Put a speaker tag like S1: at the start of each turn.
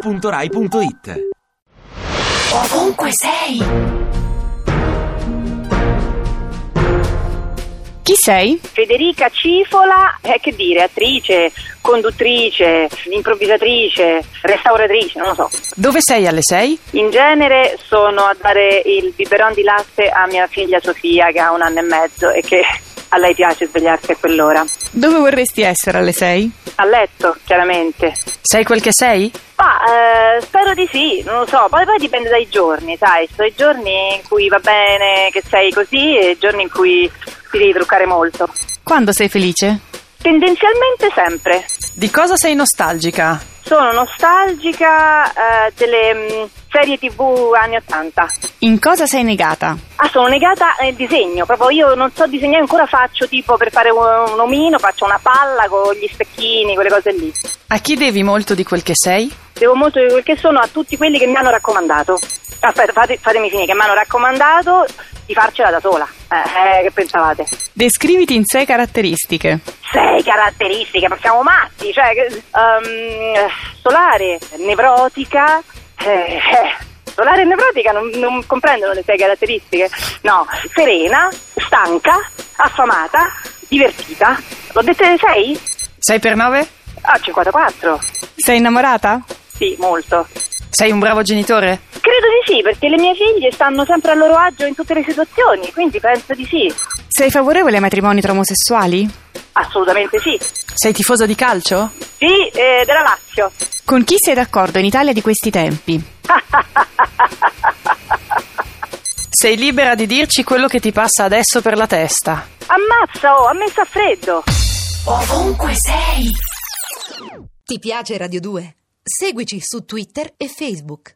S1: radio2pod.rai.it
S2: Ovunque sei!
S3: Chi sei?
S4: Federica Cifola, eh, che dire, attrice, conduttrice, improvvisatrice, restauratrice, non lo so.
S3: Dove sei alle 6?
S4: In genere sono a dare il biberon di latte a mia figlia Sofia che ha un anno e mezzo e che a lei piace svegliarsi a quell'ora.
S3: Dove vorresti essere alle 6?
S4: A letto, chiaramente.
S3: Sei quel che sei?
S4: Ma eh, spero di sì, non lo so, poi, poi dipende dai giorni, sai, ci sono i giorni in cui va bene che sei così e i giorni in cui ti devi truccare molto.
S3: Quando sei felice?
S4: Tendenzialmente sempre.
S3: Di cosa sei nostalgica?
S4: Sono nostalgica eh, delle mh, serie tv anni 80.
S3: In cosa sei negata?
S4: Ah, sono negata nel disegno, proprio io non so disegnare, ancora faccio tipo per fare un, un omino, faccio una palla con gli stecchini, quelle cose lì.
S3: A chi devi molto di quel che sei?
S4: Devo molto di quel che sono a tutti quelli che mi hanno raccomandato. Aspetta, fate- fatemi finire, che mi hanno raccomandato di farcela da sola. Eh, eh, che pensavate?
S3: Descriviti in sei caratteristiche.
S4: Sei caratteristiche, ma siamo matti, cioè... che- ehm, solare, nevrotica... eh, eh, solare e nevrotica non, non comprendono le sei caratteristiche. No, serena, stanca, affamata, divertita. L'ho detto le sei?
S3: Sei per 9?
S4: Ah, 54.
S3: Sei innamorata?
S4: Sì, molto.
S3: Sei un bravo genitore?
S4: Credo di sì, perché le mie figlie stanno sempre a loro agio in tutte le situazioni, quindi penso di sì.
S3: Sei favorevole ai matrimoni tra omosessuali?
S4: Assolutamente sì.
S3: Sei tifosa di calcio?
S4: Sì, eh, della Lazio.
S3: Con chi sei d'accordo in Italia di questi tempi? Sei libera di dirci quello che ti passa adesso per la testa.
S4: Ammazza, oh, ha messo a freddo.
S2: Ovunque sei!
S5: Ti piace Radio 2? Seguici su Twitter e Facebook.